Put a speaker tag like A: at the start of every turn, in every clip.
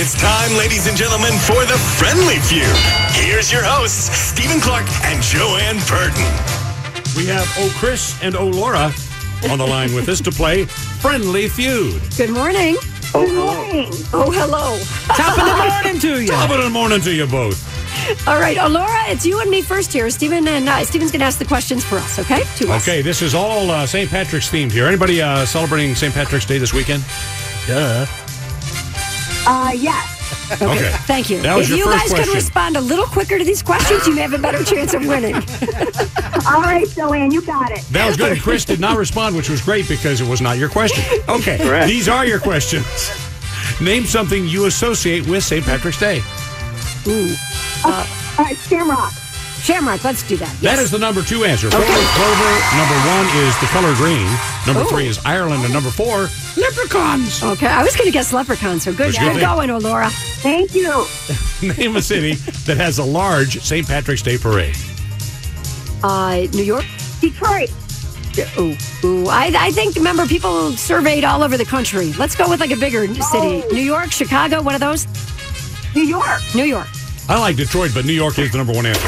A: It's time, ladies and gentlemen, for the friendly feud. Here's your hosts, Stephen Clark and Joanne Purden.
B: We have O Chris and O Laura on the line with us to play Friendly Feud.
C: Good morning.
D: Good morning.
C: Oh, hello.
E: Top of the morning to you.
B: Top of the morning to you both.
C: All right, oh, Laura, it's you and me first here. Stephen and uh, Stephen's going to ask the questions for us, okay? To us.
B: Okay, this is all uh, St. Patrick's themed here. Anybody uh, celebrating St. Patrick's Day this weekend?
E: Duh.
D: Uh, yes.
C: Okay.
B: Okay.
C: Thank you.
B: That was
C: if
B: your
C: you
B: first
C: guys could
B: question.
C: respond a little quicker to these questions, you may have a better chance of winning.
D: All right, Joanne, you got it.
B: That was good. And Chris did not respond, which was great because it was not your question. Okay,
F: Correct.
B: these are your questions. Name something you associate with St. Patrick's Day.
C: Ooh.
D: All right, Shamrock.
C: Shamrock, let's do that.
B: That is the number two answer. Clover, clover. Number one is the color green. Number
C: Ooh.
B: three is Ireland. And number four, leprechauns.
C: Okay, I was going to guess leprechaun, so good.
B: That's a good
C: Good
B: thing.
C: going, oh, Laura.
D: Thank you.
B: Name a city that has a large St. Patrick's Day parade.
C: Uh, New York?
D: Detroit.
C: Ooh. Ooh. I, I think, remember, people surveyed all over the country. Let's go with like a bigger city. New York, Chicago, one of those?
D: New York.
C: New York.
B: I like Detroit, but New York is the number one answer.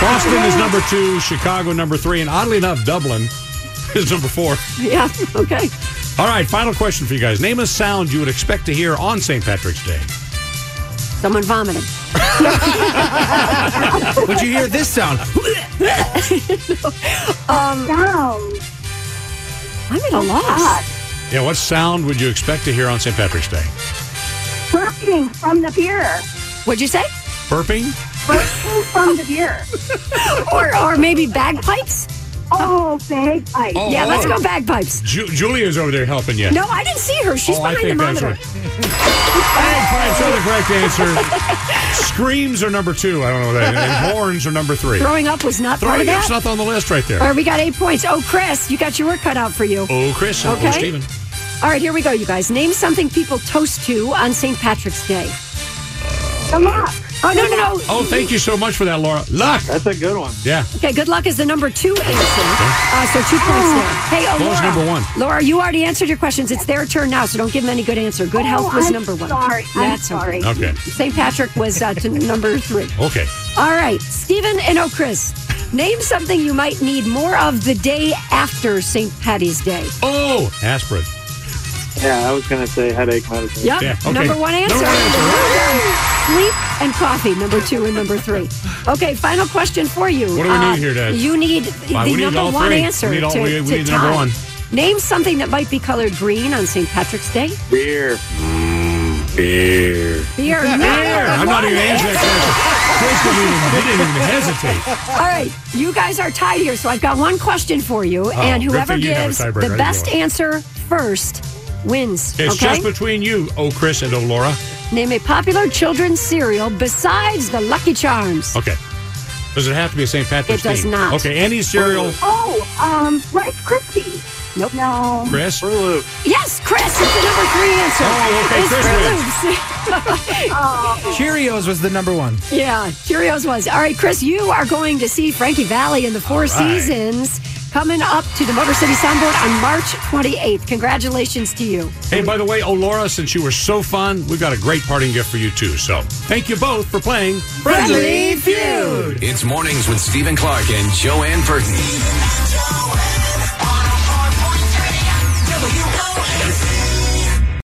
B: Boston is number two, Chicago number three, and oddly enough, Dublin is number four.
C: Yeah, okay.
B: All right, final question for you guys. Name a sound you would expect to hear on St. Patrick's Day.
C: Someone vomiting.
E: Would you hear this sound?
D: Down.
C: I'm at a loss.
D: God.
B: Yeah, what sound would you expect to hear on St. Patrick's Day?
D: Burping from the beer.
C: What'd you say?
B: Burping?
D: Burping from the beer.
C: Or, or maybe bagpipes?
D: Oh, bagpipe.
B: Oh.
C: Yeah, let's go bagpipes.
B: Ju- Julia's over there helping you.
C: No, I didn't see her. She's
B: Oh, I
C: behind the
B: think that's
C: monitor.
B: Bagpipes are the correct answer. Screams are number two. I don't know what that is. And horns are number three.
C: Growing up was not part
B: Three.
C: of
B: That's
C: that.
B: not on the list right
C: All
B: there.
C: right, we got eight points. Oh, Chris, you got your work cut out for you.
B: Oh, Chris. and Oh,
C: Okay.
B: Steven.
C: All right, here we go, you guys. Name something people toast to on St. Patrick's Day.
D: The lock.
C: Oh, no, no, no.
B: Oh, thank you so much for that, Laura. Luck.
F: That's a good one.
B: Yeah.
C: Okay, good luck is the number two answer. Uh, so two points there. Hey, oh,
B: What was
C: Laura.
B: number one?
C: Laura, you already answered your questions. It's their turn now, so don't give them any good answer. Good health
D: Oh,
C: was
D: I'm
C: number one.
D: sorry. I'm
C: That's
D: sorry.
C: okay.
B: Okay.
C: St. Patrick was uh, to number three.
B: Okay.
C: All right, Stephen and oh, Chris, name something you might need more of the day after St. Patty's Day.
B: Oh, aspirin.
F: Yeah, I was gonna say headache medicine.
C: Yep.
B: Yeah, okay.
C: Number one answer.
B: Number one answer.
C: Sleep and coffee, number two and number three. Okay, final question for you. Uh,
B: What do we need here, Dad?
C: You need
B: Wow,
C: the
B: we need
C: number
B: all
C: one
B: three.
C: answer.
B: We need all-
C: to,
B: we- we
C: to
B: need number
C: tie.
B: one.
C: Name something that might be colored green on St. Patrick's Day.
F: Beer.
B: Beer.
C: Beer.
B: Beer. I'm not even answering that question. Chris didn't even, he didn't even hesitate.
C: All right, you guys are tied here, so I've got one question for you, and
B: Oh, good
C: whoever
B: thing you have a
C: gives
B: tiebreaker. I
C: the
B: didn't
C: best
B: know.
C: answer first wins.
B: It's
C: okay.
B: just between you, oh Chris and oh Laura.
C: Name a popular children's cereal besides the Lucky Charms.
B: Okay. Does it have to be a St. Patrick's
C: It does
B: theme?
C: not.
B: Okay, any cereal.
D: Oh, um, Rice Krispies.
C: Nope.
D: No.
B: Chris? Oh,
F: Fruit Loop.
C: Yes, Chris, it's the number three answer.
B: okay,
C: It's
B: Chris
C: Froot
B: wins.
C: Loops.
E: Cheerios was the number one.
C: yeah, Cheerios was. All right, Chris, you are going to see Frankie Valley in the Four
B: right.
C: Seasons coming up to the Motor City Soundboard on March 28th. Congratulations to you.
B: Hey, by the way, oh Laura, since you were so fun, we've got a great parting gift for you too. So thank you both for playing
C: Friendly Feud.
G: It's mornings with Stephen Clark and Joanne Burton.